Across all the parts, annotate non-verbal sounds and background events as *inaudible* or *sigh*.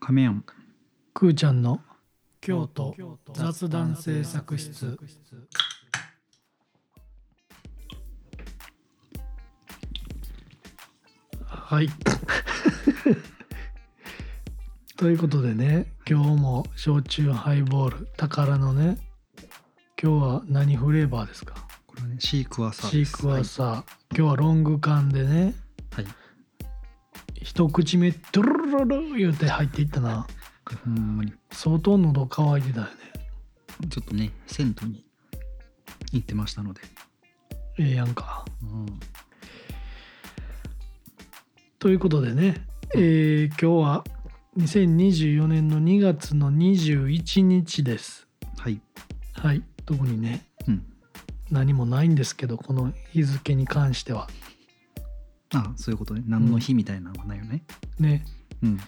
亀庵くーちゃんの京都雑談制作室はい *laughs* ということでね今日も焼酎ハイボール宝のね今日は何フレーバーですかこれはねシークワーサーシでーすクワーサー、今日はロング缶でねはい、はい一口目ドゥルルルル言うて入っていったなでほんまに相当喉乾いてたよねちょっとね銭湯に行ってましたので、ええやんかうん、ということでね、えー今日は2024年の2月の21日ですはい、はい特にねうん、何もないんですけどこの日付に関してはあそういうことね何の日みたいなのはないよねねうん、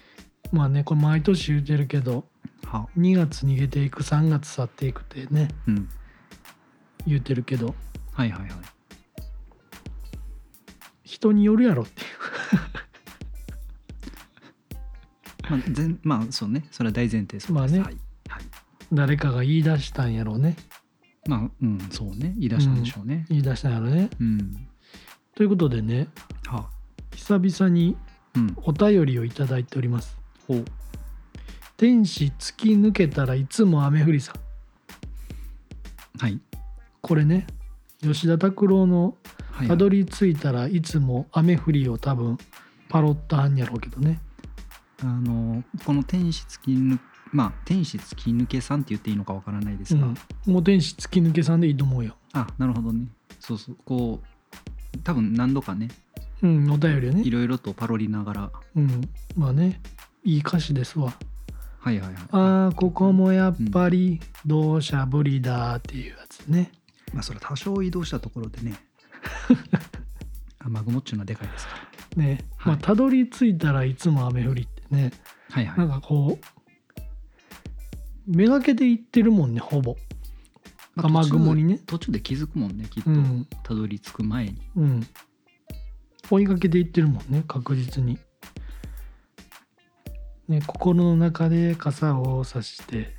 まあねこれ毎年言うてるけどは2月逃げていく3月去っていくってねうん言うてるけどはいはいはい人によるやろっていう *laughs* まあ全まあそうねそれは大前提そうですまあねはい、はい、誰かが言い出したんやろうねまあうんそうね言い出したんでしょうね言い出したんやろうねうん、ということでねは久々にうんお便りをいただいておりますほう天使突き抜けたらいつも雨降りさんはいこれね吉田拓郎のは「いたどり着いたらいつも雨降り」を多分パロッとあんやろうけどねあのこの天使突き抜まあ天使突き抜けさんって言っていいのかわからないですが、うん、もう天使突き抜けさんでいいと思うよ、あなるほどねそうそうこう多分何度かねうん、お便りはいね、ろいろとパロりながらうん、まあねいい歌詞ですわはいはいはい「ああここもやっぱり同社ぶりだ」っていうやつねまあそれは多少移動したところで *laughs* ね雨雲っちゅうのはでかいですからねはいまあたどり着いたらいつも雨降りってねはいはいなんかこうめがけていってるもんねほぼまあ途中雨雲にね途中で気づくもんねきっとうんたどり着く前にうん追いかけていってるもんね確実にね心の中で傘を差して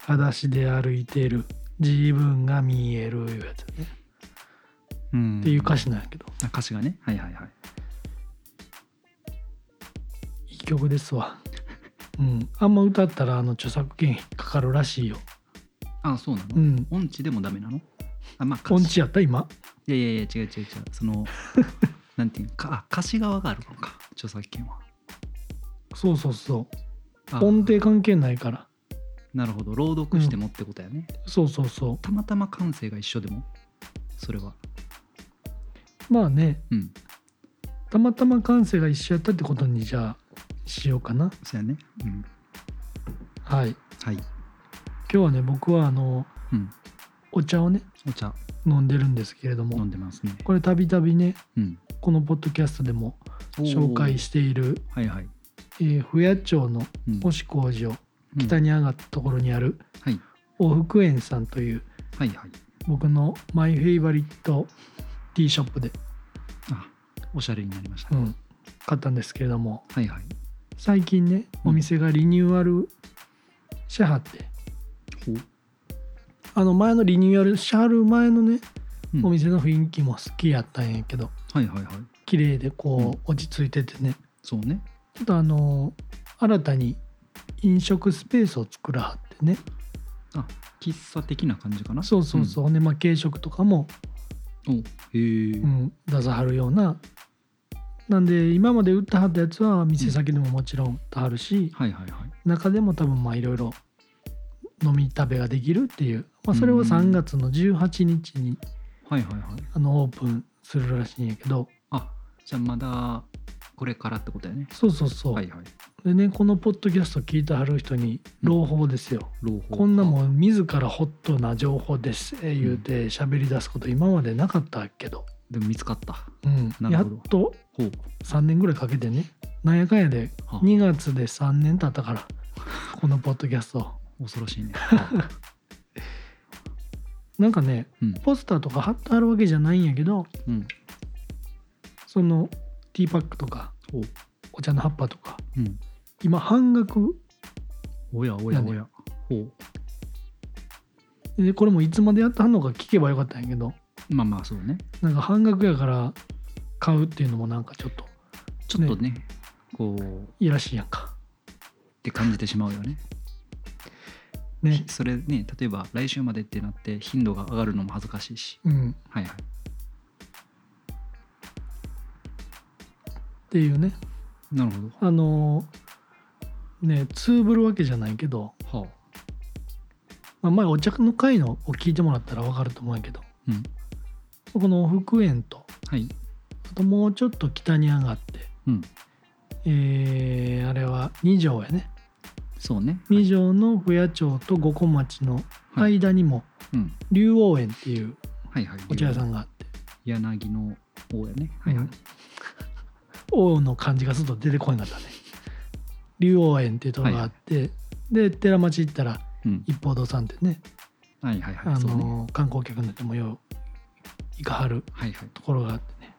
裸足で歩いてる自分が見えるいうやつね、うんっていう歌詞なんやけどあ歌詞がねはいはいはいいい曲ですわうんあんま歌ったらあの著作権引っかかるらしいよあそうなの、うん音痴でもダメなのあまあ歌詞音痴やった今いやいやいや違う違う違うそ *laughs* のなんていうのかあ歌詞側があるのか著作権はそうそうそあう音程関係ないからなるほど朗読してもってことやね、そうそうそたまたま感性が一緒でもそれはうまあねうんたまたま感性が一緒やったってことにじゃあしようかなそうやねうんはいはい今日はね僕はあのうんお茶をねお茶飲んでるんですけれど飲もんでますねこれたびたびねうんこのポッドキャストでも紹介している、おーはいはい、えー、不夜町のうん星工場うん北に上がったところにあるはいお福園さんというはいはい僕のマイフェイバリットティーショップで、あおしゃれになりましたうね、ん、買ったんですけれどもはいはい最近ねお店がリニューアルしはってほうあの前のリニューアルしはる前のねうんお店の雰囲気も好きやったんやけどはいはいはい綺麗でこう、うん落ち着いててねそうねちょっとあの新たに飲食スペースを作らはってね喫茶的な感じかなそうそうそう、ねまあ軽食とかも、うん、おへえ、うん、出さはるようななんで今まで売ってはったやつは店先でももちろん売ってはるし、はいはいはい中でも多分まあいろいろ飲み食べができるっていう、まあ、それうをん3月の18日にはいはいはいあのオープンするらしいんやけどあじゃあまだこれからってことやねそうそうそう、はいはいでねこのポッドキャスト聞いてはる人に朗報ですよ、朗報こんなあもん自らホットな情報ですえー言うて喋り出すこと今までなかったけど、でも見つかったうんなやるっほどとほう3年ぐらいかけてねなんやかんやでは2月で3年経ったからこのポッドキャスト恐ろし *laughs* いねはなんかねうんポスターとか貼ってあるわけじゃないんやけどうんそのティーパックとかほうお茶の葉っぱとかうん今半額おやおやおやや。ほう。でこれもいつまでやってはんのか聞けばよかったんやけどまあまあそうね。なんか半額やから買うっていうのもなんかちょっとちょっとね、こう、っいやらしいやんかて感じてしまうよね。ねそれね、例えば来週までってなって頻度が上がるのも恥ずかしいし。うんはいはい。っていうねなるほど。あのーねつぶるわけじゃないけど、はあ。まあ、前お茶の会のを聞いてもらったら分かると思うんやけど、うんそこの福園とはい。あともうちょっと北に上がってうん。えーあれは2条やねそうね。は2い条の不夜町と五湖町の間にもうん。竜王園っていうはいはい。お茶屋さんがあって柳の王やね。はいはい。王の漢字がすっと出てこなかったね竜王園っていうところがあって、で寺町行ったらうん。一方堂さんってね、はいはいはあい。そうね。の観光客の人もよう行かはるはいはい。ところがあってね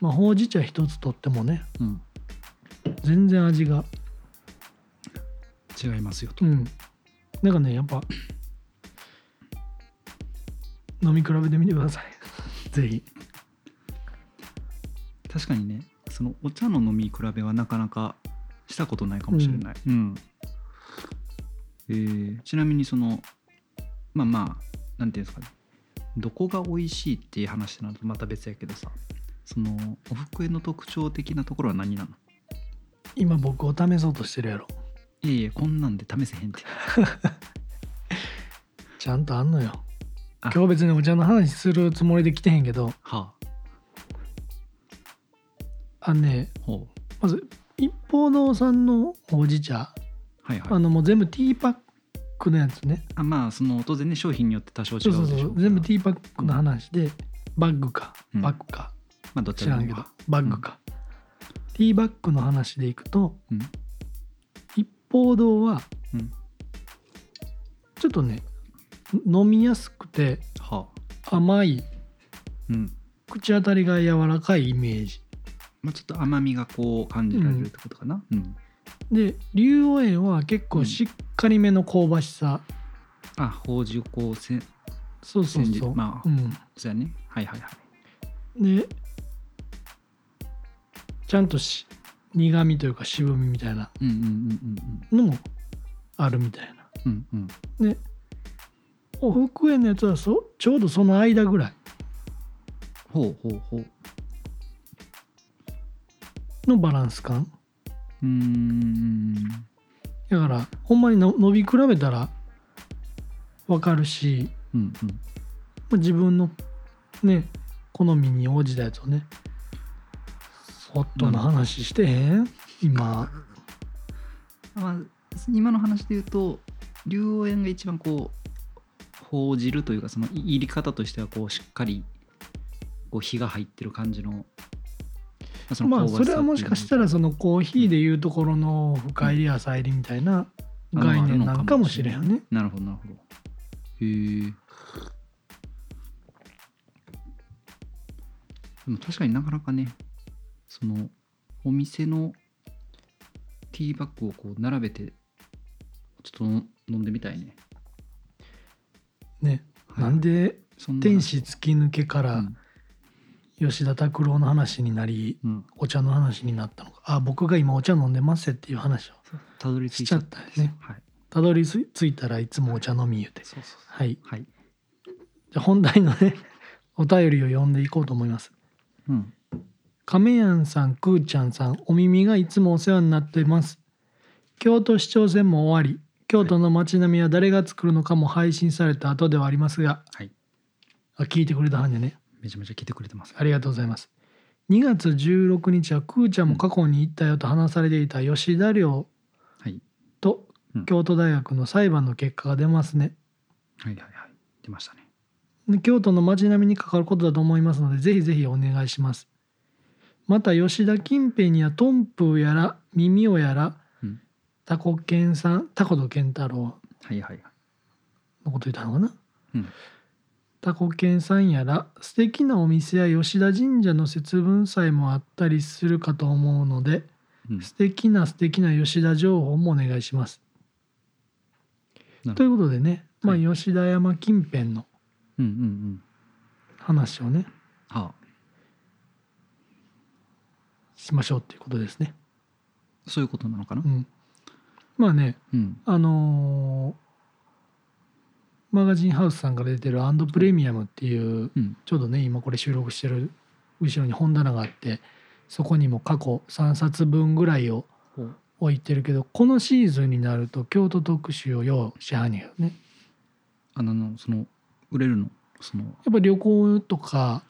まあほうじ茶一つとってもねうん。全然味が違いますよと。うんなんかねやっぱ飲み比べてみてくださ *laughs* いぜひ確かにね、そのお茶の飲み比べはなかなかしたことないかもしれない。うん。えーちなみにその、まあまあ、なんていうんですかね。どこが美味しいっていう話なのとまた別やけどさ、そのお福江の特徴的なところは何なの今僕を試そうとしてるやろいやいや、こんなんで試せへんって。ちゃんとあんのよあ今日別にお茶の話するつもりで来てへんけどはあ、あのねほう。まず一方堂さんのほうじ茶、はいはい。あのもう全部ティーパックのやつねあまあその当然ね商品によって多少違うでそしょうそうそう全部ティィーパックの話で、バッグかうんバッグか、まあどっち知ららんでけもどバッグか、ティーバッグの話でいくとうん一方堂はうんちょっとね飲みやすくてはあ甘いうん口当たりが柔らかいイメージまあちょっと甘みがこう感じられるってことかなうん、で竜王園は結構しっかりめの香ばしさ、あほうじをこうせそうそう煎じそう、まあうん、そうやねはいはいはいでちゃんとし苦味というか渋みみたいなうんうんのもあるみたいなうんうんうんうんうんでお福園のやつはそちょうどその間ぐらいほうほうほうのバランス感うーんだからほんまにの伸び比べたらわかるし、うんまあ自分のね好みに応じたやつをねホットな話してへん今うんまあ今の話で言うと竜王園が一番こう報じるというかその入り方としてはこうしっかりこう火が入ってる感じの、まあ、そまのあ香ばそされはもしかしたらそのコーヒーでいうところの深入り浅入りみたいなあの概念なんかもしれんよね。なるほどなるほど。へえ。でも確かになかなかね、そのお店のティーバッグをこう並べてちょっと飲んでみたいね。ねはいなんでそんな天使突き抜けかうらん吉田拓郎の話になりうん。お茶の話になったのかあ僕が今お茶飲んでますっていう話をたどり着いちゃったんですしちゃっはい。たどり着いたらいつもお茶飲み言うてそうそうそう。はいはい。じゃあ本題のね *laughs* お便りを読んでいこうと思いますうん。亀やんさんくーちゃんさんお耳がいつもお世話になっています京都市長選も終わり京都の街並みは誰が作るのかも配信された後ではありますが、はいあ聞いてくれたはんでねめちゃめちゃ来てくれてます。ありがとうございます2月16日はくーちゃんも過去に行ったよと話されていた吉田寮はい。とうん京都大学の裁判の結果が出ますねはいはいはい。出ましたね。で京都の街並みに関わることだと思いますのでぜひぜひお願いしますまた吉田近辺にはトンプーやら耳をやら、うんタコケンさんタコとケン太郎はいはいはい。のこと言ったのかな、うんタコケンさんやら素敵なお店や吉田神社の節分祭もあったりするかと思うのでうん素敵な素敵な吉田情報もお願いしますなるほどということでね、まあ、は吉田山近辺のうんうんうん話をねはあしましょうっていうことですね。そういうことなのかなう、ん、まあねうん、あのーマガジンハウスさんから出てる「アンドプレミアム」っていう、うんちょうどね今これ収録してる後ろに本棚があってそこにも過去3冊分ぐらいを置いてるけどこのシーズンになると京都特集を要支配にねあののその売れるのそのやっぱ旅行とか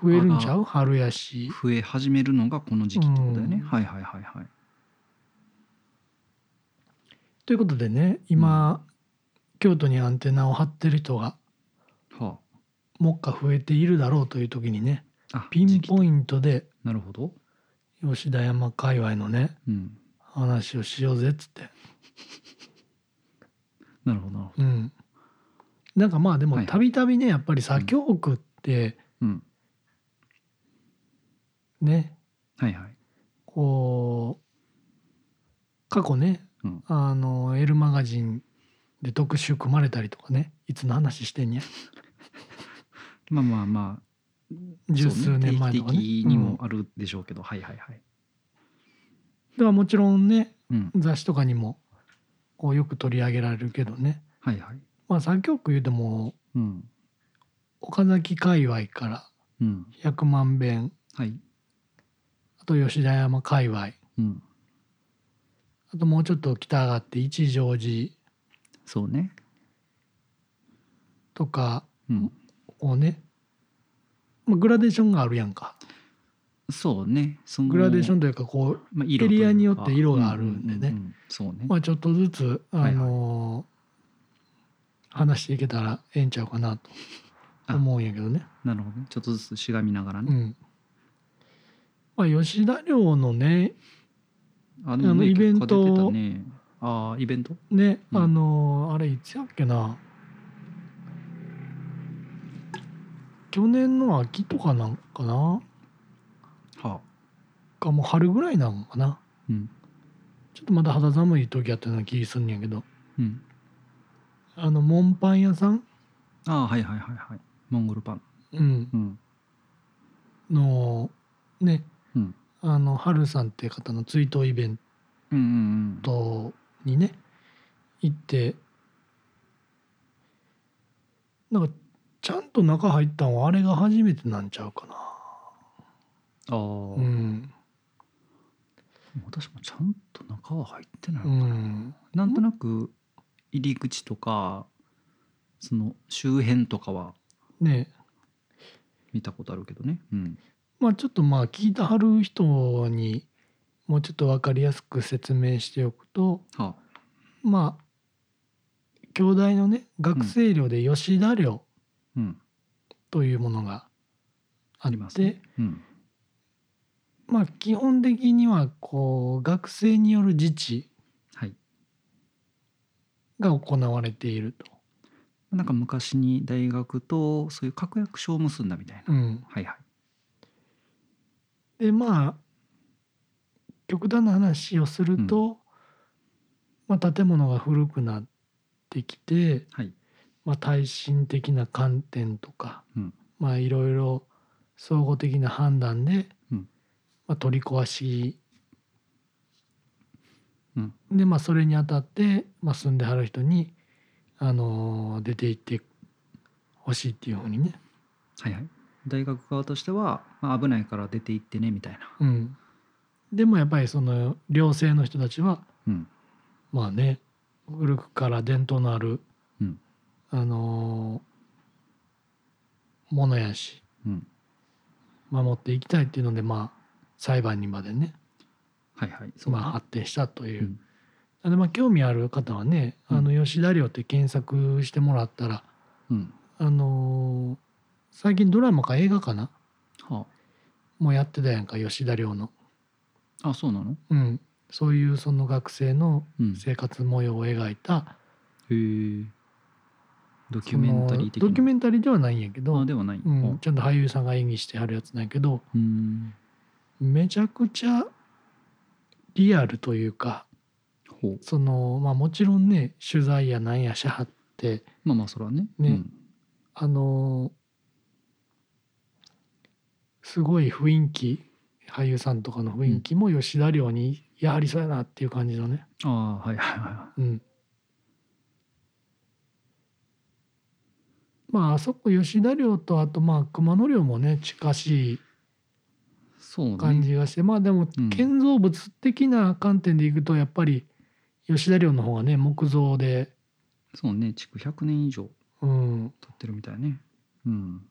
増えるんちゃう春やし増え始めるのがこの時期ってことだよね、うんはいはいはいはいということでね今、京都にアンテナを張ってる人がはもっか増えているだろうという時にねああピン時期ポイントでなるほど吉田山界隈のねうん話をしようぜっつってなるほどなるほうんなんかまあではもいたびたびねやっぱり左京区ってどうんねはいはいこう過去ねうんあの「エルマガジン」で特集組まれたりとかねいつの話してんねやまあまあまあ十数年前とかそう定ね期的にもあるでしょうけど、はいはいはいではもちろんねうん雑誌とかにもこうよく取り上げられるけどねはいはいまあ作曲言うてもうん岡崎界隈からうん100万遍はいあと吉田山界隈あうんともうちょっと北上がって一乗寺そうねとかうんをね、まあ、グラデーションがあるやんかそうねそのグラデーションというかこう、まあ、色エリアというかによって色があるんでねううううんそうね、まあ、ちょっとずつあはいはいのー話していけたらええんちゃうかなとあ思うんやけどね。なるほどねちょっとずつしがみながらうね、んまあ、吉田寮のねあでもねあのイベント結果出てたねああイベントね、うんあのーあれいつやっけな去年の秋とかなんかなはあかもう春ぐらいなんかなうんちょっとまだ肌寒い時やったような気すんねんやけどうんあのモンパン屋さん、ああはいはいはいはいモンゴルパンうん、うんのね、うんあの春さんっていう方の追悼イベンうんうんうんトにね行ってなんかちゃんと中入ったんはあれが初めてなんちゃうかああ、なうん、私もちゃんと中は入ってない、うん、なんとなく入り口とかその周辺とかはね見たことあるけどねうんまあちょっとまあ聞いてはる人にもうちょっと分かりやすく説明しておくとはあまあ京大のね学生寮で吉田寮うんというものがああって、りますねうんまあ基本的にはこう学生による自治はいが行われていると。なんか昔に大学とそういう確約書を結んだみたいな、うん、はいはいでまあ極端な話をすると、まあ、建物が古くなってきて、はいまあ、耐震的な観点とか、うんまあいろいろ総合的な判断で、うんまあ、取り壊し、うんでまあそれにあたって、まあ、住んではる人に、あのー出て行ってほしいっていうふうにね、はいはい大学側としては、まあ、危ないから出て行ってねみたいなうん、でもやっぱりその寮生の人たちはうんまあね古くから伝統のある、うんあのーものやしうん守っていきたいっていうのでまあ裁判にまでね、はいはいそうまあ、ね発展したというう、んでまあ興味ある方はね「うんあの吉田寮」って検索してもらったら、うんあのー最近ドラマか映画かなはもうやってたやんか吉田寮の、ああそうなのうん、そういうその学生のうんへ生活模様を描いたえドキュメンタリー的そのドキュなメンタリーではないんやけどあではないうん、あちゃんと俳優さんが演技してはるやつなんやけどうんめちゃくちゃリアルというかほうその、まあ、もちろんね取材やなんやしはってまあまあそれはねねあのすごい雰囲気俳優さんとかの雰囲気も吉田寮にやはりそうやなっていう感じのね、うん、ああはいはいはいはうん、まああそこ吉田寮とあとまあ熊野寮もね近しいいそうだ感ねじがして、まあでもうん建造物的な観点でいくとやっぱり吉田寮の方がね木造で、そうね築100年以上うん、経ってるみたいねうん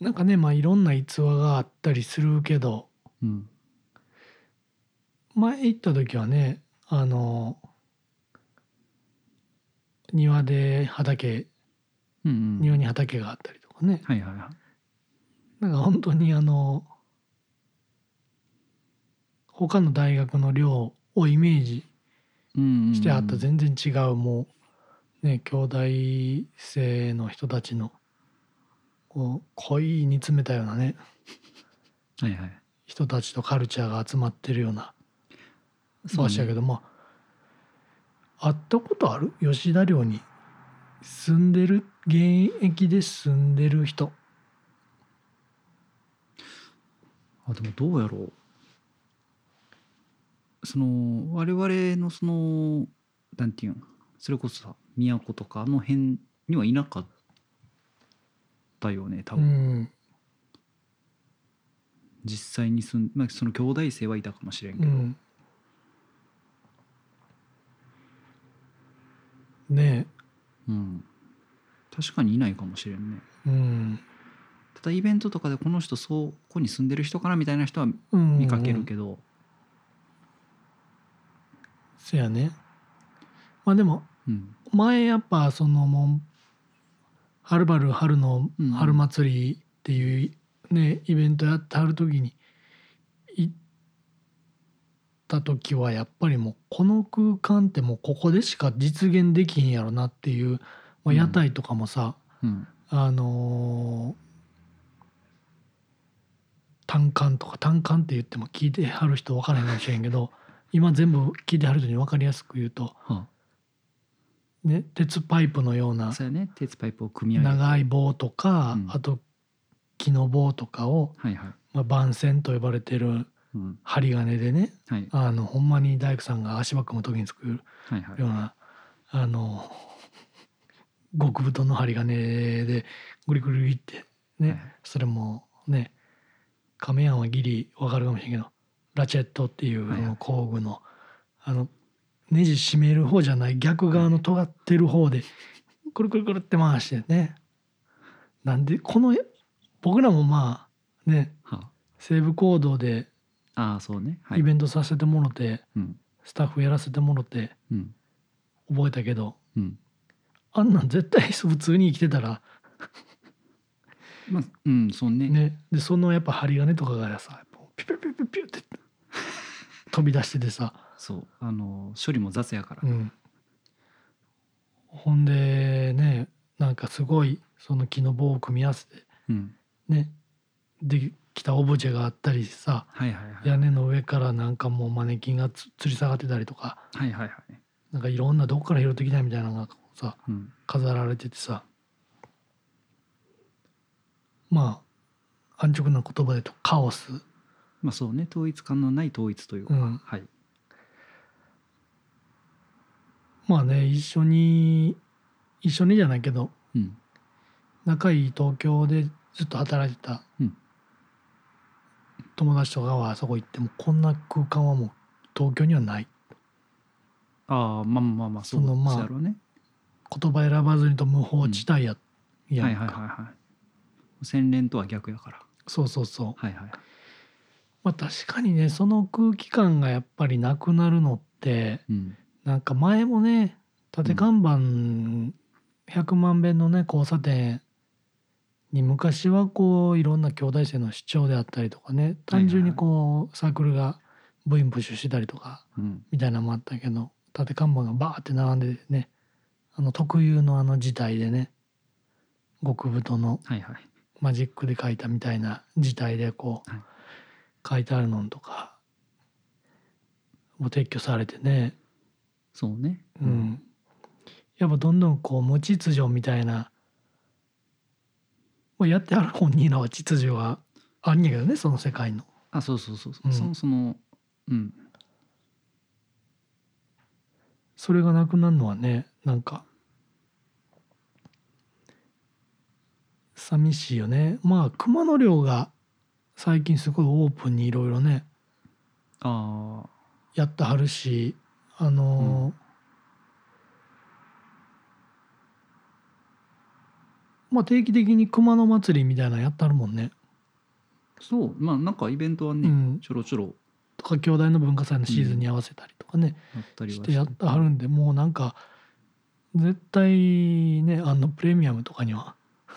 なんかねまあいろんな逸話があったりするけどうん前行った時はねあの庭で畑うんうん庭に畑があったりとかねはいはいはいなんか本当にあの他の大学の寮をイメージうんうんうんしてあった全然違うもうね兄弟生の人たちのこう恋に詰めたようなねはいはい人たちとカルチャーが集まってるようなそう場ね所やけど、まあ会ったことある吉田寮に住んでる現役で住んでる人あでもどうやろうその我々のそのなんていうんそれこそさ都とかあの辺にはいなかったよね多う分、ん実際に住ん、まあ、その兄弟生はいたかもしれんけうど、んねうん確かにいないかもしれんねえうんただイベントとかでこの人そこに住んでる人かなみたいな人はうん見かけるけど、そやねまあでもうん前やっぱそのもうはるばる春のうん春祭りっていうねイベントやってはる時に行った時はやっぱりもうこの空間ってもうここでしか実現できひんやろなっていう、うまあ、ん屋台とかもさ、うんあのー単管とか単管って言っても聞いてはる人分からへんかもしれんけど今全部聞いてはる人に分かりやすく言うと、はね、鉄パイプのようあ、なそうやね鉄パイプを組み上げて長い棒とか、うんあと木の棒とかを、はいはい、まあ、番線と呼ばれてるうん、針金でねはいあのほんまに大工さんが足場組む時に作るよはいはいうなあの *laughs* 極太の針金でグリグリグリってね、はいはいそれもね亀やんはギリわかるかもしれんけどラチェットっていうはいはいあの工具のあのネジ締める方じゃない逆側の尖ってる方でくるくるくるって回してねなんでこの僕らもまあねはあ西武行動でああそうねはいイベントさせてもろて、うんスタッフやらせてもろてうん覚えたけどうんあんなん絶対普通に生きてたらまあうんそうねねでそのやっぱ針金とかがさやっぱピュピュピュピュピュって飛び出しててさ、そうあの処理も雑やから、うん、ほんでねなんかすごいその木の棒を組み合わせてうん、ねできたオブジェがあったりさはいはいはい屋根の上からなんかもうマネキンがつ吊り下がってたりとかはいはいはいなんかいろんなどこから拾ってきたみたいなのがさうん飾られててさまあ安直な言葉で言うとカオスまあそうね統一感のない統一というか、うんはいまあね一緒に一緒にじゃないけどうん仲いい東京でずっと働いてたうん友達とかはあそこ行ってもこんな空間はもう東京にはないああまあまあまあそうそのまあそうやろうね言葉選ばずにと無法地帯や、やんはいかはいはいはい洗練とは逆やからそうそうそう、はいはいまあ、確かにねその空気感がやっぱりなくなるのってうんなんか前もね縦看板100万遍のね交差点に昔はこういろんな兄弟生の主張であったりとかね単純にこうサークルが部員プッシュしてたりとかうんみたいなのもあったけど縦看板がバーって並んでねあの特有のあの事態でね極太のはいはいマジックで描いたみたいな事態でこうはい書いてあるのとかも撤去されてね、そうね。うんやっぱどんどんこう無秩序みたいな、まあ、やってある本人らは秩序はあるんやけどねその世界の。あ、そうそうそうそうう。んそのその、うん。それがなくなるのはねなんか寂しいよねまあ熊野寮が最近すごいオープンにいろいろねああ、やってはるしあのーまあ定期的に熊野祭りみたいなのやってはるもんね、そう。まあなんかイベントはうね、ん、ちょろちょろとか兄弟の文化祭のシーズンに合わせたりとかね、やったりはしてやってはるんでもうなんか絶対ねあのプレミアムとかには *laughs*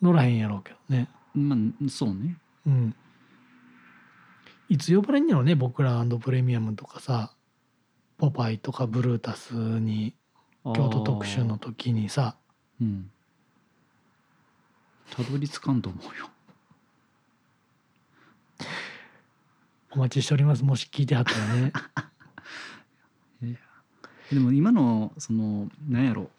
乗らへんやろうけどねまあそうね。うんいつ呼ばれんやろね僕らプレミアムとかさポパイとかブルータスにあー京都特集の。時にさうん。たどり着かんと思うよ。お待ちしておりますもし聞いてはったら *laughs* ねでも今のそのなんやろ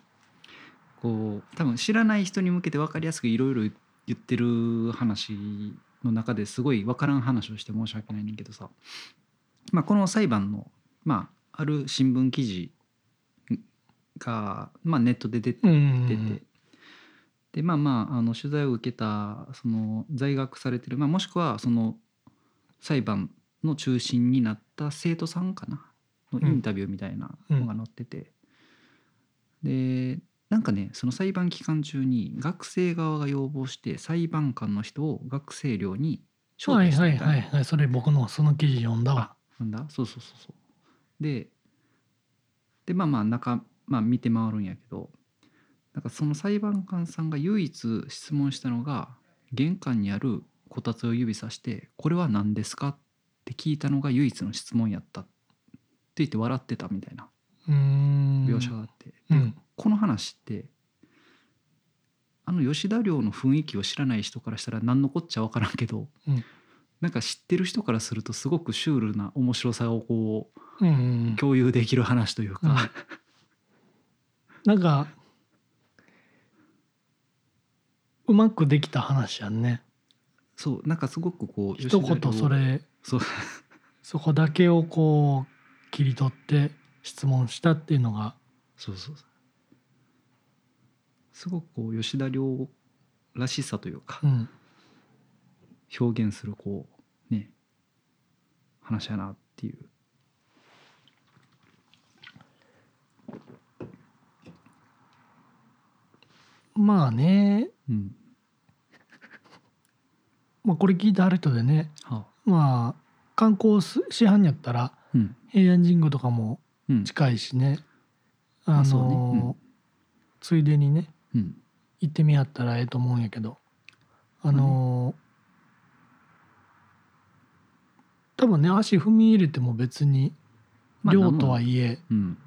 こう多分知らない人に向けて分かりやすくいろいろ言ってる話の中ですごい分からん話をして申し訳ないねんけどさ、まあ、この裁判の、まあ、ある新聞記事が、まあ、ネットで出てうん出て、でまあまああの取材を受けたその在学されてる、まあ、もしくはその裁判の中心になった生徒さんかなのうんインタビューみたいなのが載ってて、でなんかねその裁判期間中に学生側が要望して裁判官の人を学生寮に招はい待しはていみたいなはいはいそれ僕のその記事読んだわなんだそうそうそうそうででまあまあ中、まあ、見て回るんやけどなんかその裁判官さんが唯一質問したのが玄関にあるこたつを指さして「これは何ですか?」って聞いたのが唯一の質問やったって言って笑ってたみたいなうーん描写があって、うんこの話ってあの吉田寮の雰囲気を知らない人からしたら何のこっちゃ分からんけど、うんなんか知ってる人からするとすごくシュールな面白さをこううんうんうん共有できる話というか、なんかうまくできた話やんねそうなんかすごくこう一吉田言寮それそうそこだけをこう切り取って質問したっていうのがそうそうそうすごくこう吉田寮らしさというか、うん表現するこうね話やなっていうまあね、うんまあ、これ聞いてある人でねはあまあ観光すしはんやったらうん平安神宮とかもうん近いしね、ああそうねのうんついでにねうん行ってみやったらええと思うんやけどあのー多分ね足踏み入れても別にまあ量とはいえ、うん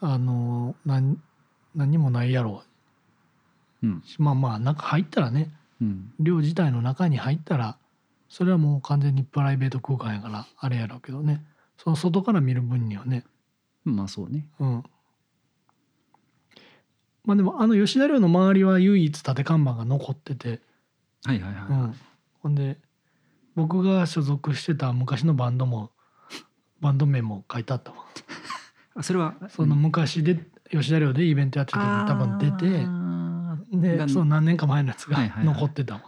あ、のーなん何もないやろうんうしまあまあ中入ったらねうん量自体の中に入ったらそれはもう完全にプライベート空間やからあれやろうけどねその外から見る分にはねまあそうねうん。まあでもあの吉田寮の周りは唯一立て看板が残ってて、はいはいはい、うん、ほんで僕が所属してた昔のバンドもバンド名も書いてあったわあそれはその昔で吉田寮でイベントやってた時に多分出てでがその何年か前のやつがはいはいはい残ってたわ、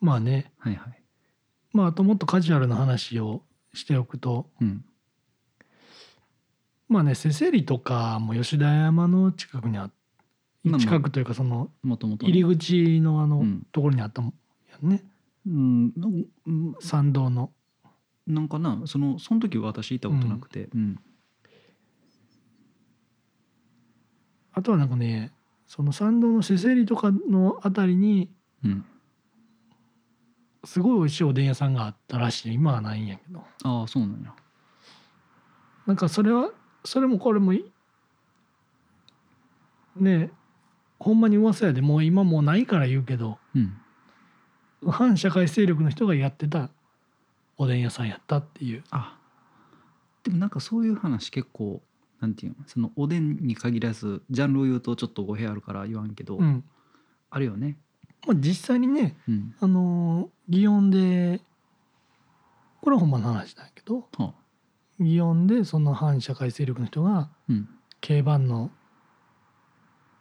まあねはいはいまああともっとカジュアルな話をしておくとうんまあねせせりとかも吉田山の近くにあまあまあ近くというかそのもともと入り口のあのうんところにあったもんやんねうんなんうん参道のなんかなそのその時は私いたことなくてうんあとはなんかねその参道のせせりとかのあたりにうんすごい美味しいおでん屋さんがあったらしい今はないんやけどああそうなんやなんかそれはそれもこれもいねほんまに噂やでもう今もうないから言うけどうん反社会勢力の人がやってたおでん屋さんやったっていうあでもなんかそういう話結構なんていうのそのおでんに限らずジャンルを言うとちょっと語弊あるから言わんけど、うんあるよね、まあ実際にねうんあのー祇園でこれはほんまの話だけどはあ祇園でその反社会勢力の人がうん、競馬の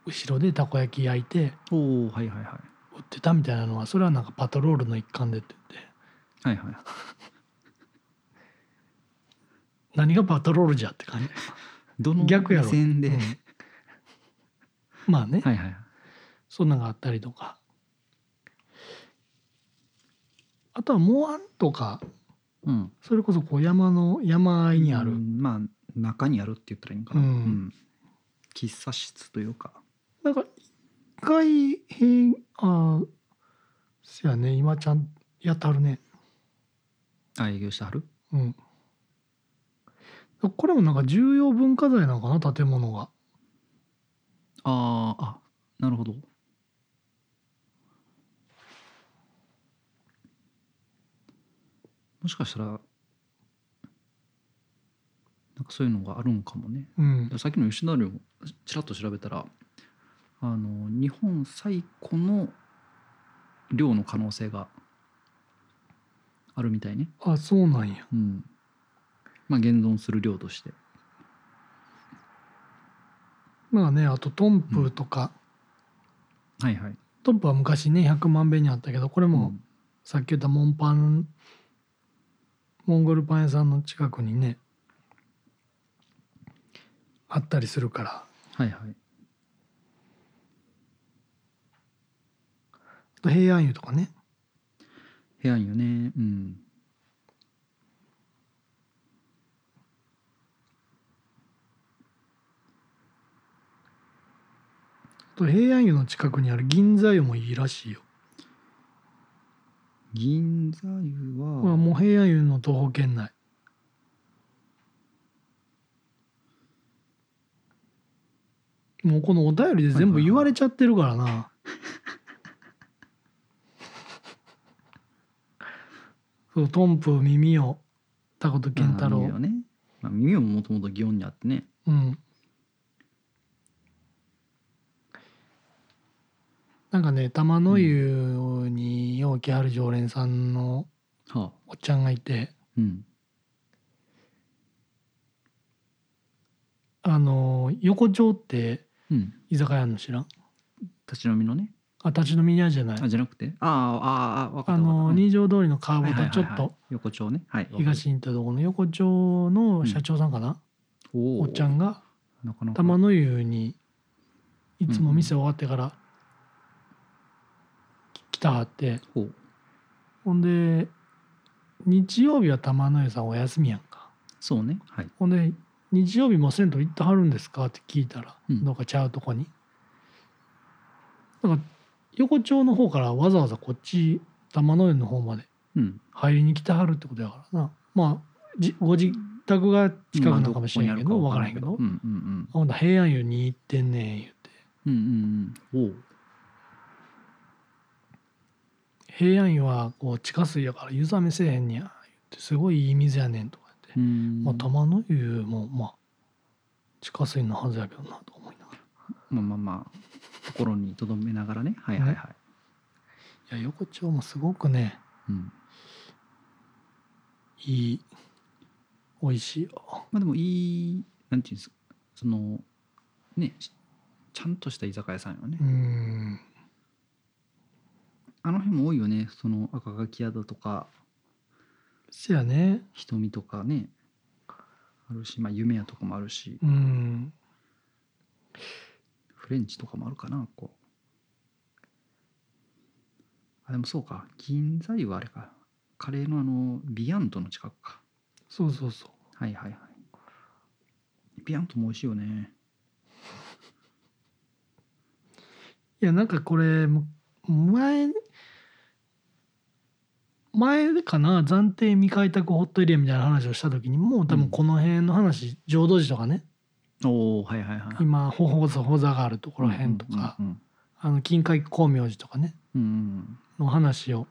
後ろでたこ焼き焼いておおはいはいはい売ってたみたいなのはそれはなんかパトロールの一環でって言ってはいはい何がパトロールじゃって感じ *laughs* どの逆やろ目線で、 *laughs* うんまあね、はいはいはいそんなのがあったりとかあとはモアンとかうんそれこそこう山の山あいにある、うんまあ中にあるって言ったらいいんかな、うん喫茶室というかなんか一回へあーせやね今ちゃんやってはるねあ営業してはるうんこれもなんか重要文化財なのかな建物があーあなるほどもしかしたらなんかそういうのがあるんかもねうんさっきの吉野家もちらっと調べたらあの日本最古の量の可能性があるみたいね、あそうなんやうん、まあ現存する量としてまあねあとトンプとか、はいはいトンプは昔ね100万遍にあったけどこれも、うんさっき言ったモンパンモンゴルパン屋さんの近くにねあったりするからはいはいあと平安湯とかね部屋によねうんあと平安湯の近くにある銀座湯もいいらしいよ銀座湯は、これはもう平安湯の徒歩圏内もうこのお便りで全部言われちゃってるからな、そうトンプ耳をタコと健太あ郎耳をね、まあ、耳ももともと祇園にあってねうんなんかね玉の湯によう来はる常連さんのはあおっちゃんがいて、うんあの横丁ってうん居酒屋あるの知らん立ち飲みのねあ立ち飲み屋じゃないあじゃなくてああああ分かったわかっあたのうん二条通りのカはいはいーブはいとはいちょっと横丁ねはい東に行ったところの横丁の社長さんかな、おおっちゃんががなかなか玉の湯にいつも店終わってから来たはってほうほんで日曜日は玉の湯さんお休みやんかそうねはいほんで日曜日も銭湯行ってはるんですかって聞いたら、うんどっかちゃうとこにだから横丁の方からわざわざこっち玉の湯の方までうん入りに来てはるってことやからなまあじご自宅が近くなのかもしれんけどまあ分かどこにあるらへんけどうんうんほんだ平安湯に行ってんねん言ってうんうんうんうんおう平安湯はこう地下水やから湯冷めせえへんにゃ言ってすごいいい水やねんとか言ってう、んまあ玉の湯もまあ地下水のはずやけどなと思いながらまあまあまあところにとどめながらねはいはいはい、いや横丁もすごくねうんいい美味しいよまあでもいいなんていうんですかそのねしちゃんとした居酒屋さんよね、うんあの辺も多いよねその赤垣宿とかせやね瞳とかねあるしまあ夢屋とかもあるしうんフレンチとかもあるかなこうあでもそうか銀座湯はあれかカレーのあのビアントの近くかそうそうそうはいはいはいビアントも美味しいよねいやなんかこれむ前前かな暫定未開拓ホットエリアみたいな話をした時にもう多分この辺の話、浄土寺とかねおおはいはいはい今ほほざほざがあるところらへんとか、うんうんうんあの金海光明寺とかねうんの話を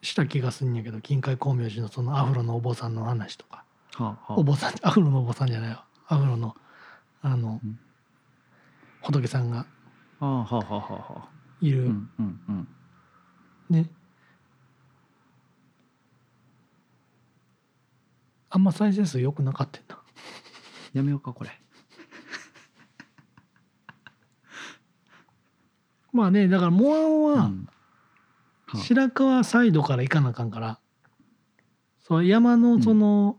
した気がするんやけど金海光明寺のそのアフロのお坊さんの話とかはあ、はあお坊さん *laughs* アフロのお坊さんじゃないわアフロのあの、うん仏さんがああはあはあはあはあいる、うんうんうんねあんま再生数良くなかったんなやめようかこれまあねだからモアオうはんはあ白川サイドから行かなあかんから、そう山のその、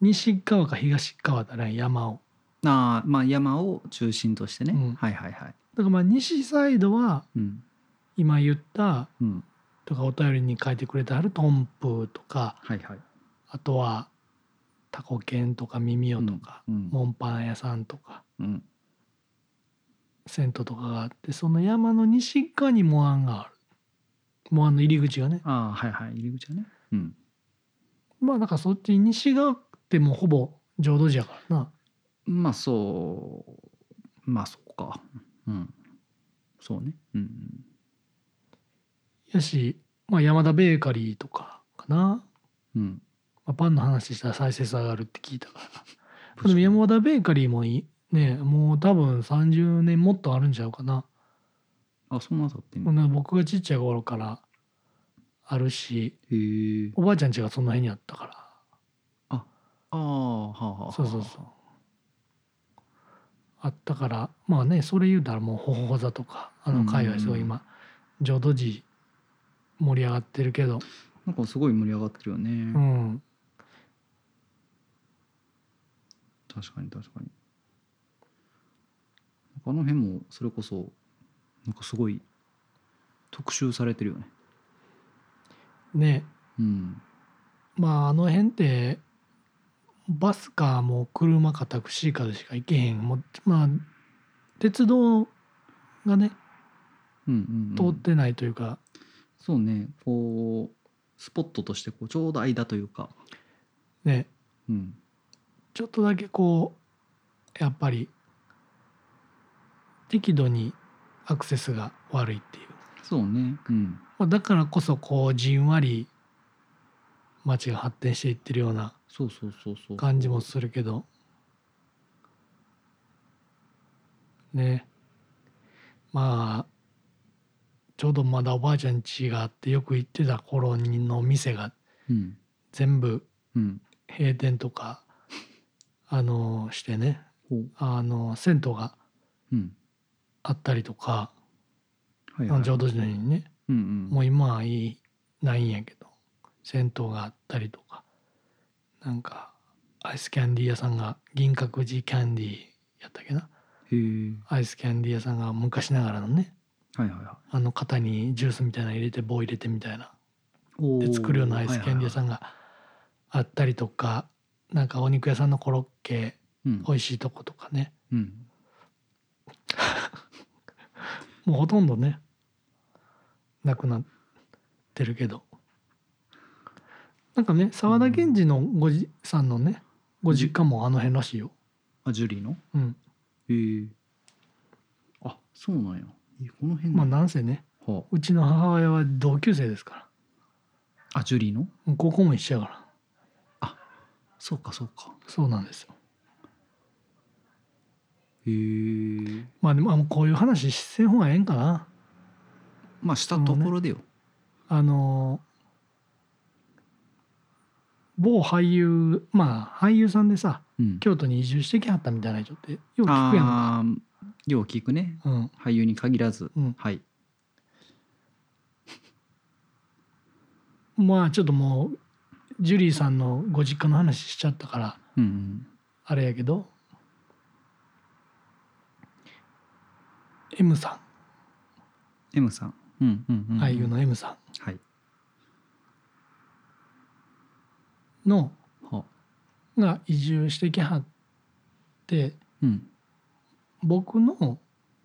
西側か東側だね山をあーまあ山を中心としてね、うんはいはいはいだからまあ西サイドはうん今言ったうんとかお便りに書いてくれてあるトンプーとかはいはいあとはタコ犬とか耳をとか、うんモンパン屋さんとかうん銭湯とかがあってその山の西側にモアンがあるモアンの入り口がねああはいはい入り口はねうんまあなんかそっち西側ってもうほぼ浄土寺やからなまあそうまあそうかうんそうねうんやし、まあ、山田ベーカリーとかかな、うんうんまあ、パンの話したら再生数上がるって聞いたから無で事も山田ベーカリーもいいねもう多分30年もっとあるんちゃうかなあそんなだってんものうな僕がちっちゃい頃からあるしへえおばあちゃん家がその辺にあったからああはあはあはあそうそうそうあったからまあねそれ言うたらもうほほほ座とかあの界隈すごい今浄土寺盛り上がってるけどなんかすごい盛り上がってるよね、うん確かに確かになんかあの辺もそれこそなんかすごい特集されてるよねねうんまああの辺ってバスかもう車かタクシーかでしか行けへんもうまあ鉄道がねうんうんうん通ってないというか、そうねこうスポットとしてこうちょうど間というか、ねうん、ちょっとだけこうやっぱり適度にアクセスが悪いっていうそうねうんまあ、だからこそこうじんわり街が発展していってるようなそうそうそうそう感じもするけどねまあちょうどまだおばあちゃん家があってよく行ってた頃の店がうん全部うん閉店とかあのしてねほうあの銭湯がうんあったりとかはいあはのい浄土寺のようにねうんうもんう今はいないんやけど銭湯があったりとかなんかアイスキャンディー屋さんが銀閣寺キャンディーやったっけなへえアイスキャンディー屋さんが昔ながらのねはいはいはあの型にジュースみたいなの入れて棒入れてみたいないおでー作るようなアイスキャンディー屋さはんがあったりとかなんかお肉屋さんのコロッケいはいはい美味しいとことかねうんうんもうほとんどねなくなってるけどなんかね沢田研二のごじさんのねご実家もあの辺らしいよ、あジュリーのうん、へえあそうなんやえこの辺まあなんやなんせねはうちの母親は同級生ですかああジュリーのら高校も一緒やからそうかそうかそうなんですよへえまあでもあもうこういう話せん方がええんかなまあしたところでよ、あのー某俳優まあ俳優さんでさうん京都に移住してきはったみたいな人ってよう聞くやんかああーよう聞くねうん俳優に限らず、うんはいまあちょっともうジュリーさんのご実家の話しちゃったからうんうんあれやけど M さ M さんうんうんうんんん俳優の M さはいんのはが移住してきはってうん僕の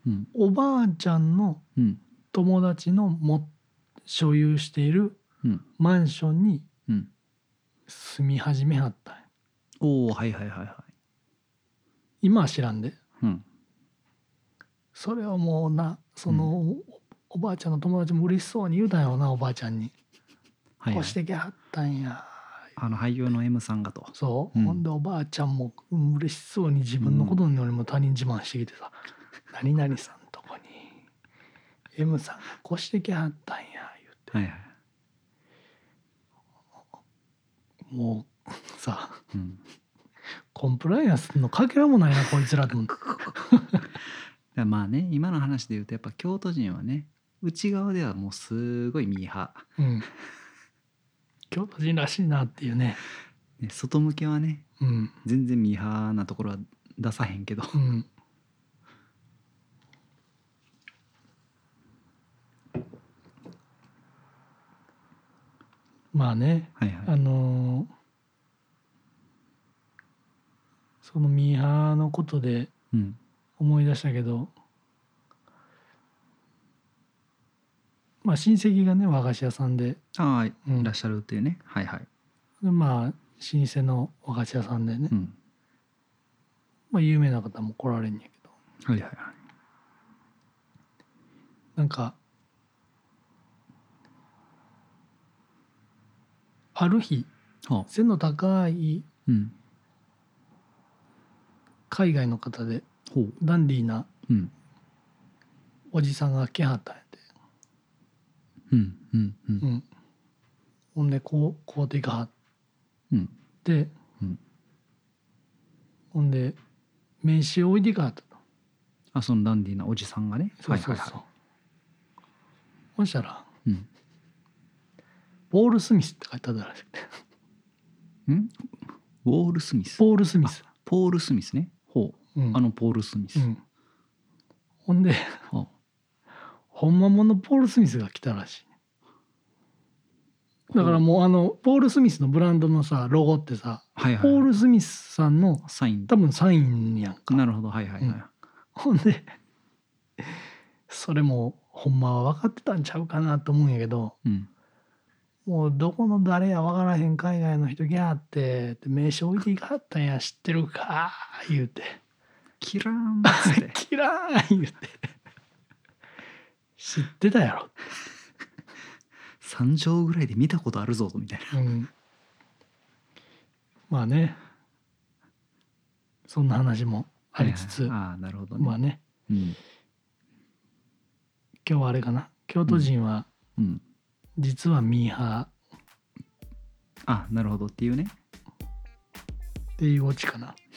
うんおばあちゃんのうん友達のも所有しているうんマンションにうん住み始めはったんやおおはいはいはいは今は知らんでいうんそれをもうなその、おおばあちゃんの友達も嬉しそうに言うたんやろなおばあちゃんに「はいはこういしてきはったんやあの俳優の M さんがと」そう、うんほんでおばあちゃんもうん嬉しそうに自分のことのよりも他人自慢してきてさ「何々さんとこに M さんがこうしてきはったんや」言ってはいはい、もうさうん、 *laughs* だかコンプライアンスのかけらもないなこいつらと思ってらまあね今の話で言うとやっぱ京都人はね内側ではもうすごいミーハうん京都人らしいなっていうねー、ね、外向けはねうん全然ミーハーなところは出さへんけど *laughs* うんまあねはいあはいのーそのミーハーのことでうん思い出したけどまあ親戚がね和菓子屋さんでああいうんらっしゃるっていうねはいはいでまあ老舗の和菓子屋さんでね、うんまあ、有名な方も来られんやけどはいはいはいなんかある日はあ背の高いうん海外の方でほうダンディーなうんおじさんが来はったんやて、うんうんうんうん、ほんでこうこうてがはっうんて、うんほんで名刺を置いてかはったとあそのダンディーなおじさんがねそうそはうそう、いはいはそしたらいうん「ボール・スミス」って書いてあったらしくてんウォール・スミ「スボール・スミス」ポール・スミスねほううんあのポール・スミス、うん、ほんではほんまものポール・スミスが来たらしいだからもうあのポール・スミスのブランドのさロゴってさあはいはいポール・スミスさんのサイン多分サインやんかなるほどはいはいはい、うんほんで *laughs* それもほんまは分かってたんちゃうかなと思うんやけどうん、もうどこの誰や分からへん海外の人ギャーってで名刺置いていかはったんや知ってるか言うて *laughs* キラーンっつってキラーン言うて知ってたやろ3畳ぐらいで見たことあるぞみたいなうん、まあねそんな話もありつつ、はいはいああなるほどね、まあねうん今日はあれかな京都人はうん実はミーハあなるほどっていうねーっていうオチかな *laughs*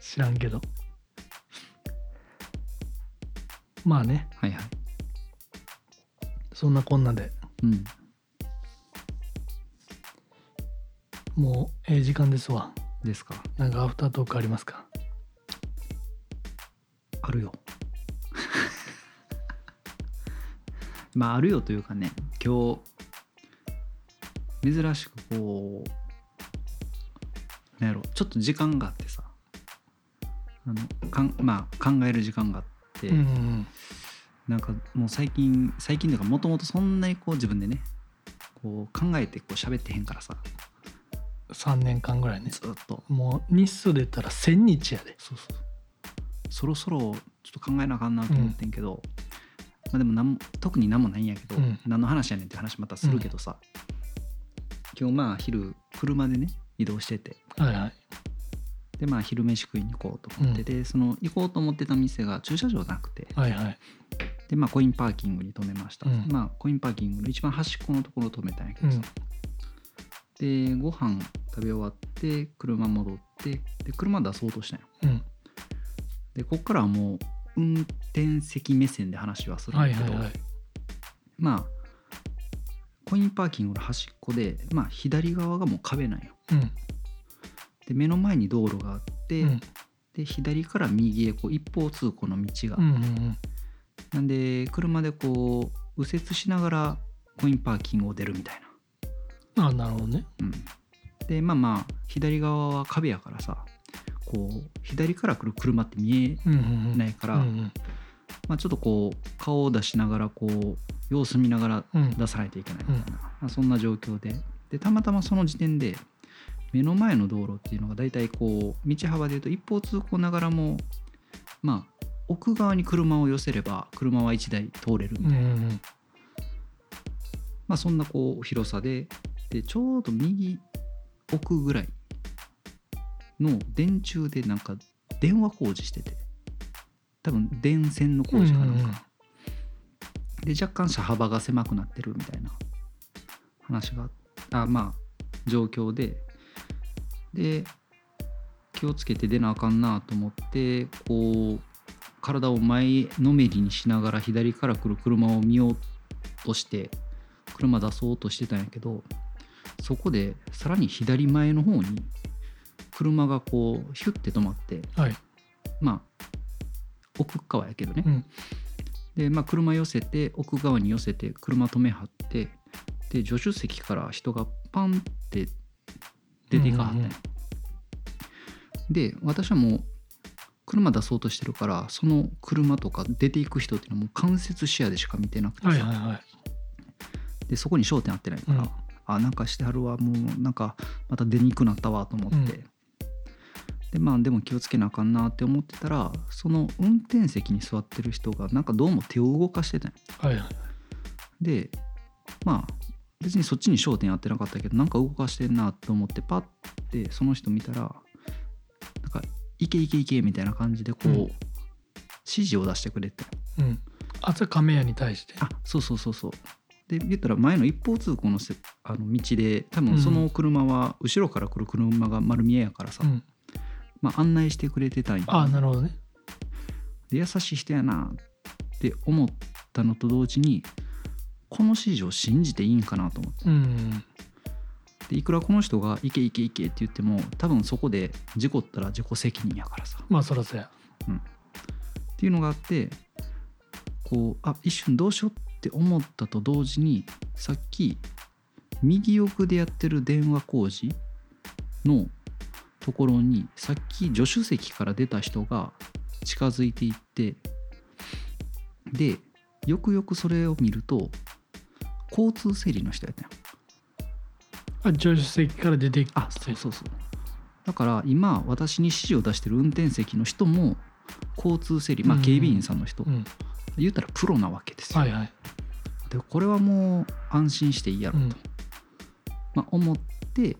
知らんけどまあねはいはいそんなこんなでうんもうええ時間ですわですかなんかアフタートークありますかあるよ *laughs* まああるよというかね今日珍しくこうなんやろちょっと時間があってさあのかんまあ考える時間があって、うんうんなんかもう最近最近というかもともとそんなにこう自分でねこう考えてこう喋ってへんからさ3年間ぐらいねずーっともう日数で言ったら1,000日やでそうそうそろそろちょっと考えなあかんなと思ってんけど、まあでもなんも特に何もないんやけど、うん何の話やねんって話またするけどさ、今日まあ昼車でね移動しててはいはいでまあ昼飯食いに行こうと思って、うんでその行こうと思ってた店が駐車場なくてはいはいでまあコインパーキングに止めました、うんまあコインパーキングの一番端っこのところを止めたんやけどさ、でご飯食べ終わって車戻ってで車出そうとしたんやうんでこっからはもう運転席目線で話はするんはだいけど、はいはいまあコインパーキングの端っこで、まあ、左側がもう壁なんようんで目の前に道路があって、うんで左から右へこう一方通行の道が、うんうんなんで車でこう右折しながらコインパーキングを出るみたいな、うんあなるほどねうん、でまあまあ左側は壁やからさこう左から来る車って見うんうんえうんないから、うんまあ、ちょっとこう顔を出しながらこう様子見ながらうんうん出さないといけないみたいな、まあ、そんな状況ででたまたまその時点で目の前の道路っていうのが大体こう道幅でいうと一方通行ながらもまあ奥側に車を寄せれば車は1台通れるみうたいんな、うんまあ、そんなこう広さででちょうど右奥ぐらいの電柱でなんか電話工事してて多分電線の工事かなんか、で若干車幅が狭くなってるみたいな話があまあ状況でで気をつけて出なあかんなと思ってこう体を前のめりにしながら左から来る車を見ようとして車出そうとしてたんやけどそこでさらに左前の方に車がこうヒュッて止まってはいまあ奥側やけどね、うんで、まあ、車寄せて奥側に寄せて車止めはってで助手席から人がパンって出ていかはったんやうんうんで私はもう車出そうとしてるからその車とか出ていく人っていうのはもう間接視野でしか見てなくてさ、はいはいはいでそこに焦点合ってないから、うんあなんかしてはるわもうなんかまた出にくなったわと思って、うんでまあでも気をつけなあかんなって思ってたらその運転席に座ってる人がなんかどうも手を動かしてたんやはいはいでまあ別にそっちに焦点合ってなかったけどなんか動かしてんなと思ってパッてその人見たらなんか「いけいけいけ」みたいな感じでこう、うん指示を出してくれてうんあそれ亀屋に対してあそうそうそうそうで言ったら前の一方通行のせあの道で多分その車は後ろから来る車が丸見えやからさ、うんまあ、案内してくれてたんやあなるほどねで優しい人やなって思ったのと同時にこの指示を信じていいんかなと思ってうんでいくらこの人が「いけいけいけ」って言っても多分そこで事故ったら自己責任やからさまあそらそやっていうのがあってこうあ一瞬どうしようって思ったと同時にさっき右奥でやってる電話工事のところにさっき助手席から出た人が近づいていってでよくよくそれを見ると交通整理の人やったんやあ助手席から出てきあそうそうそうだから今私に指示を出してる運転席の人も交通整理、まあ、うん警備員さんの人、うん言ったらプロなわけですよ、はいはいでこれはもう安心していいやろと、うんまあ、思って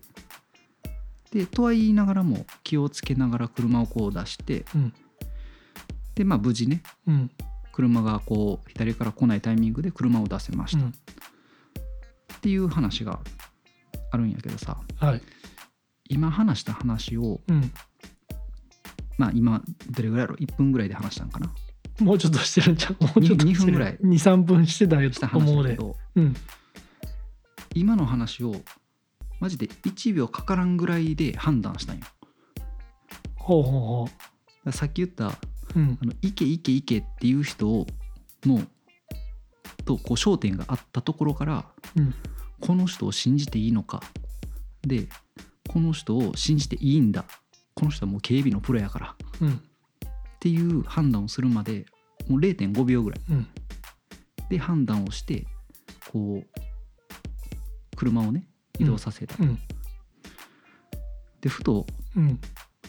でとは言いながらも気をつけながら車をこう出してうんで、まあ、無事ねうん車がこう左から来ないタイミングで車を出せましうたんっていう話があるんやけどさはい今話した話をうんまあ今どれぐらいやろ1分ぐらいで話したんかなもうちょっとしてるんちゃうもうちょっとに二分ぐらい23分してたよしたと話思うだけでどうん今の話をマジで1秒かからんぐらいで判断したんよだかほうほうほらさっき言ったううんあの「いけいけいけ」っていう人をのとこう焦点があったところからうんこの人を信じていいのかでこの人を信じていいんだこの人はもう警備のプロやからっうんていう判断をするまでもう0.5秒ぐらいうんで判断をしてこう車をね移動させた、うんでふとうん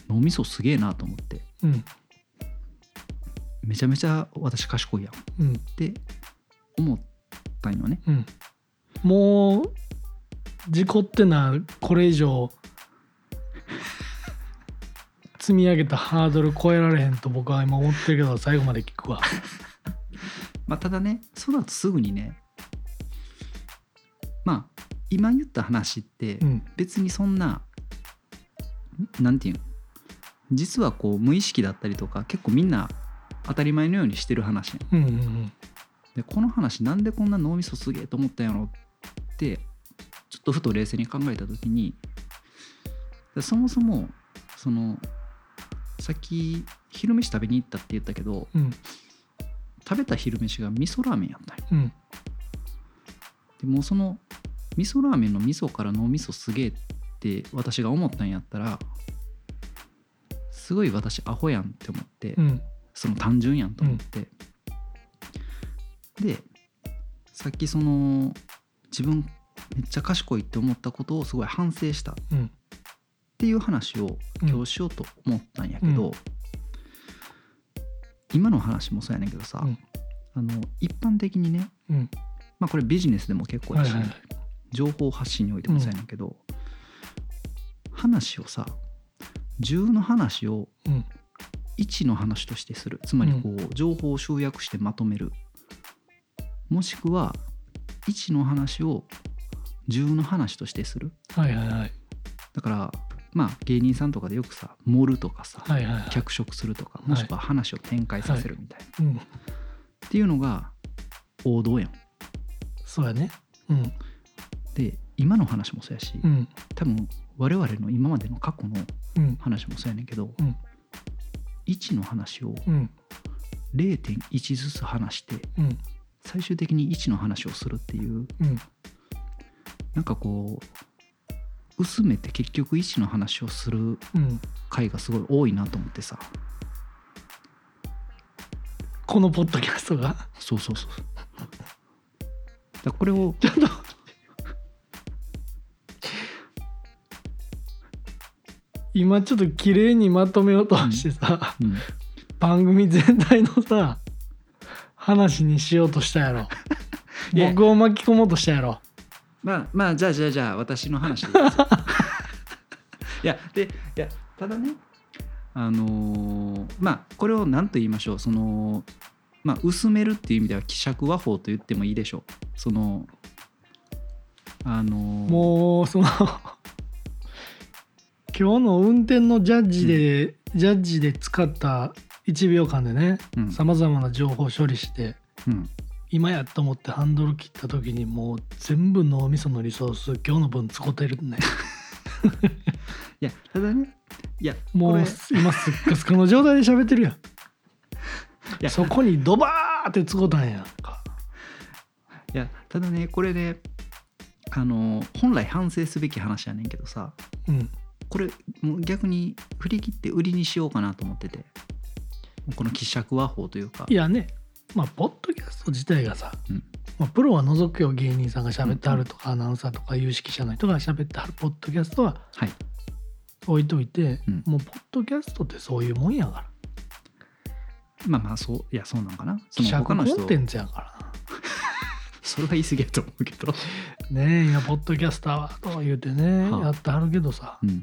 脳みそすげえなと思ってうんめちゃめちゃ私賢いやんっうんて思ったんよねうんもう事故ってなこれ以上積み上げたハードル超えられへんと僕は今思ってるけど最後まで聞くわまあ、ただねその後すぐにねまあ今言った話ってうん別にそんな、んなんていうの実はこう無意識だったりとか結構みんな当たり前のようにしてる話やんうんうんうんでこの話なんでこんな脳みそすげえと思ったんやろってちょっとふと冷静に考えた時にでそもそもそのさっき昼飯食べに行ったって言ったけどうん食べた昼飯が味噌ラーメンやったんようんでもうその味噌ラーメンの味噌から脳みそすげえって私が思ったんやったらすごい私アホやんって思って、うんその単純やんと思って、でさっきその自分めっちゃ賢いって思ったことをすごい反省したっうんていう話をうん今日しようと思ったんやけど、うん今の話もそうやねんけどさ、うんあの一般的にね、うんまあ、これビジネスでも結構やし、はいはいはい情報発信においてもそうやねんけど、話をさ10の話をうん1の話としてするつまりこう、情報を集約してまとめるもしくは1の話を10の話としてするはいはいはいだからまあ芸人さんとかでよくさ盛るとかさ、はいはいはい脚色するとかいもしくは話を展開させるみたいな、うんっていうのが王道やん。そうやねうんで今の話もそうやし、うん多分我々の今までの過去のうん話もそうやねんけど、うん1の話をうん0.1ずつ話してうん最終的に1の話をするっていううんなんかこう薄めて結局1の話をするうん回がすごい多いなと思ってさこのポッドキャストがそうそうそうそうだからこれをちょっと今ちょっと綺麗にまとめようとしてさ、うん番組全体のさ話にしようとしたやろいや僕を巻き込もうとしたやろまあまあじゃあじゃあじゃあ私の話でいいですよ *laughs* いやでいやただねあのーまあこれを何と言いましょうそのまあ薄めるっていう意味では希釈和法と言ってもいいでしょうそのあのーもうその今日の運転のジャッジで、ジャッジで使った1秒間でねうんさまざまな情報を処理してうん今やと思ってハンドル切った時にもう全部脳みそのリソース今日の分使って *laughs* るねいやただねいやこもうれ今すっかすかの状態で喋ってるやんやそこにドバーって使ったんやんかいやただねこれねあのー本来反省すべき話やねんけどさうんこれもう逆に振り切って売りにしようかなと思っててこの希釈和法というかいやねまあポッドキャスト自体がさ、うんまあ、プロは除くよ芸人さんが喋ってあるとか、アナウンサーとか有識者の人が喋ってあるポッドキャストははい置いといて、うんもうポッドキャストってそういうもんやからまあまあそういやそうなんかなそ記の者コ他の人ンテンツやからそれは言い過ぎやと思うけど、なねえ今ポッドキャスターはとか言うてね、はあやってはるけどさうん、い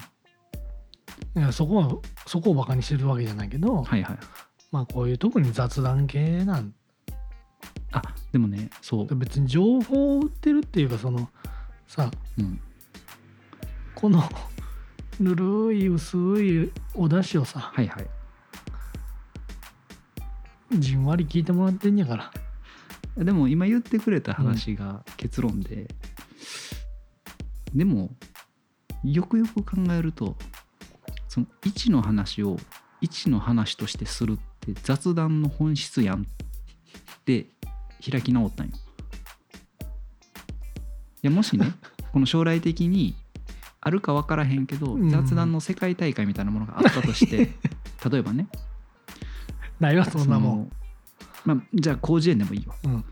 やそこはそこをバカにしてるわけじゃないけど、はいはいまあこういう特に雑談系なんあでもねそうて、別に情報を売ってるっていうかそのさうん、この *laughs* ぬるい薄いお出汁をさ、はいはいじんわり聞いてもらってんやからでも今言ってくれた話が結論で、でもよくよく考えるとその1の話を1の話としてするって雑談の本質やんって開き直ったんよ。いやも *laughs* しねこの将来的にあるか分からへんけど、うん雑談の世界大会みたいなものがあったとして *laughs* 例えばねないわそんなもん、そのまあ、じゃあ広辞苑でもいいようん、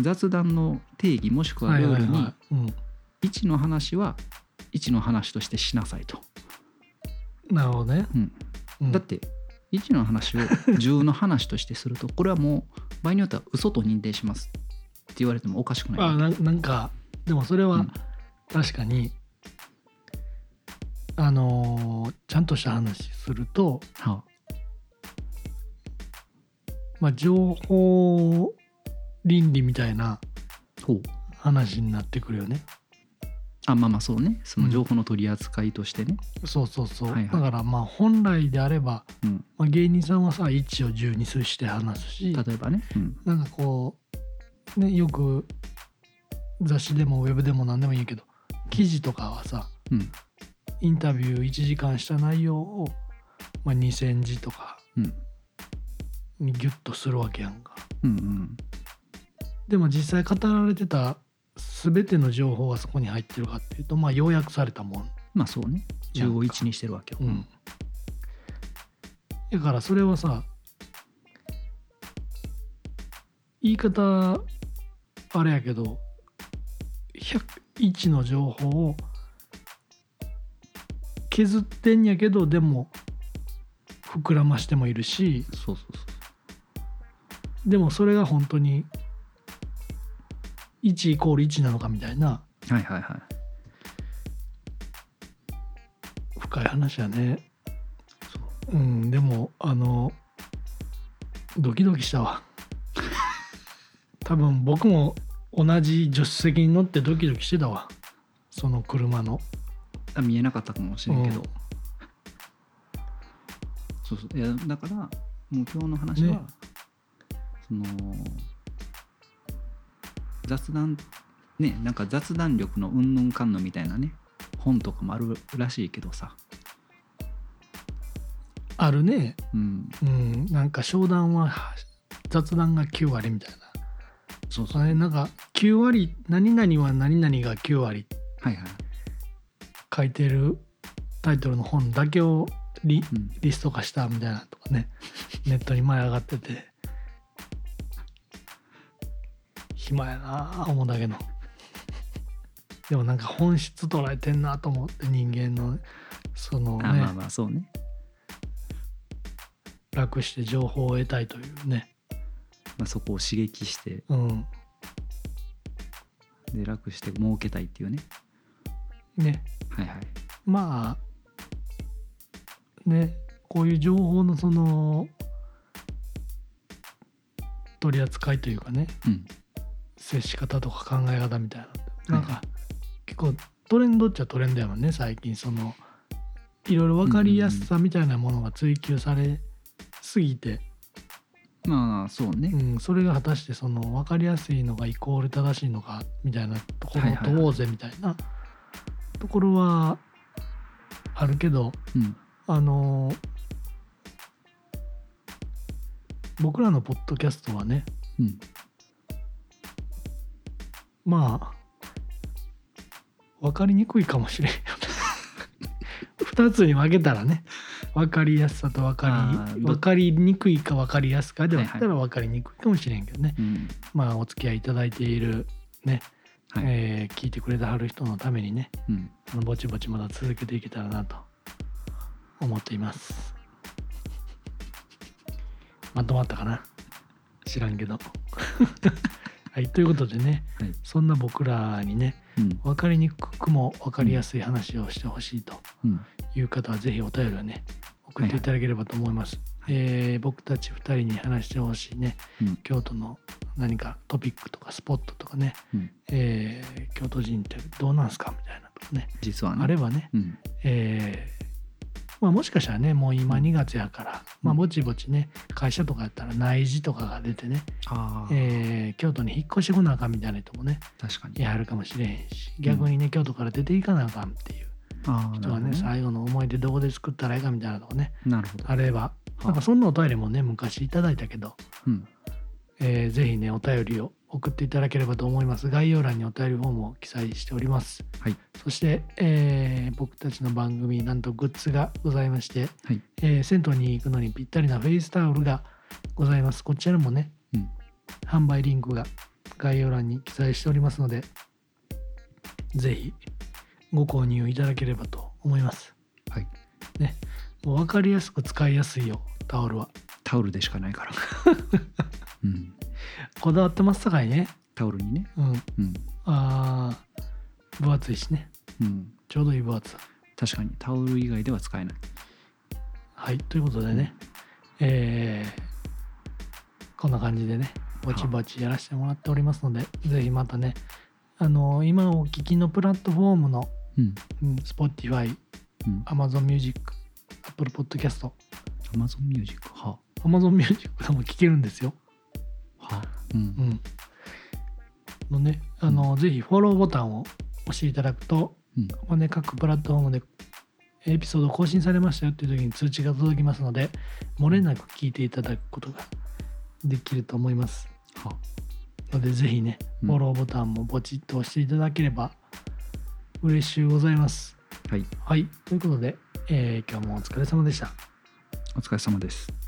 雑談の定義もしくはルールにうん、 1の話は1の話としてしなさいと、なるほどね、うんうんだって1の話を10の話としてすると *laughs* これはもう場合によっては嘘と認定しますって言われてもおかしくないあななんかでもそれうはん確かに、あのーちゃんとした話すると、はまあ、情報倫理みたいなあほう話になってくるよねあまあまあそうねその情報の取り扱いとしてね、そうそうそう、はいはいだからまあ本来であれば、うんまあ、芸人さんはさ1を10にして話すし例えばね、うんなんかこうねよく雑誌でもウェブでも何でもいいけど記事とかはさうんインタビュー1時間した内容を、まあ、2,000字とかうんにギュッとするわけやんか。うんうんでも実際語られてた全ての情報がそこに入ってるかっていうとまあ要約されたもん。まあそうね10を1にしてるわけよ、うん、だからそれはさ言い方あれやけど101の情報を削ってんやけどでも膨らましてもいるしそうそうそうでもそれが本当に1イコール1なのかみたいなはいはいはい深い話やねそううんでもあのドキドキしたわ多分僕も同じ助手席に乗ってドキドキしてたわその車のあ見えなかったかもしれんけど、うんそうそういやだからもう今日の話は、ねその雑談ねなんか雑談力のうんぬんかんぬんみたいなね本とかもあるらしいけどさ、あるねうん、うんなんか商談はは雑談が9割みたいなそうそうあれなんか9割何々は何々が9割ってはいはい、書いてるタイトルの本だけをリうん、リスト化したみたいなとかね *laughs* ネットに前上がってて暇やなあ思うだけどでもなんか本質捉えてんなと思って人間のそのねあまあまあそうね楽して情報を得たいというねまあ、そこを刺激してうんで楽して儲けたいっていうねねはいはいまあねこういう情報のその取り扱いというかねうん接し方とか考え方みたいなのってはないんか結構トレンドっちゃトレンドやもんね最近そのいろいろ分かりやすさみたいなものが追求されすぎて、まあそうね、うん、それが果たしてその分かりやすいのがイコール正しいのかみたいなところはいはをいはい問おうぜみたいなところはあるけど、うんあの僕らのポッドキャストはねうんまあ分かりにくいかもしれんよ2 *laughs* つに分けたらね分かりやすさと分あかりーど分かりにくいか分かりやすかで分けたら分かりにくいかもしれんけどね、うんまあお付き合いいただいているね、はい、えー聞いてくれてはる人のためにねうんあのぼちぼちまだ続けていけたらなと思っていますまとまったかな知らんけど *laughs* はいということでね、はいそんな僕らにねうん分かりにくくも分かりやすい話をしてほしいとうんいう方はぜひお便りをね送っていただければと思います、えー僕たち2人に話してほしいねうん京都の何かトピックとかスポットとかね、うんえー京都人ってどうなんすかみたいなとかね実はねあればね、うんえーまあ、もしかしたらねもう今2月やから、まあ、ぼちぼちね会社とかやったら内示とかが出てね、ああ、えー京都に引っ越してこなあかんみたいな人もね確かにやはるかもしれへんし逆にね、京都から出ていかなあかんっていうああ人はねなる最後の思い出どこで作ったらいいかみたいなとこねほどねなるほどあればなんかそんなお便りもね昔いただいたけど、うんえーぜひねお便りを送っていただければと思います概要欄にお便りフォームを記載しております、はいそして、えー僕たちの番組なんとグッズがございまして、はいえー銭湯に行くのにぴったりなフェイスタオルがございますこちらもね、うん販売リンクが概要欄に記載しておりますのでぜひご購入いただければと思いますはいねもう分かりやすく使いやすいよタオルはタオルでしかない *laughs* からうんこだわってますさかいねタオルにねうんうんあー分厚いしねうんちょうどいい分厚さ確かにタオル以外では使えないはいということでね、えーこんな感じでねぼちぼちやらせてもらっておりますのでぜひまたねあの今お聞きのプラットフォームの、うんうん、Spotify うんあ Amazon Music Apple Podcast Amazon Music は Amazon Music でも聞けるんですよ、はうんうん、のねあの、ぜひフォローボタンを押していただくとうんまあね、各プラットフォームでエピソード更新されましたよっていう時に通知が届きますので漏れなく聞いていただくことができると思いますはのでぜひねうんフォローボタンもポチッと押していただければ嬉しゅうございますはいはいということで、えー今日もお疲れ様でしたお疲れ様です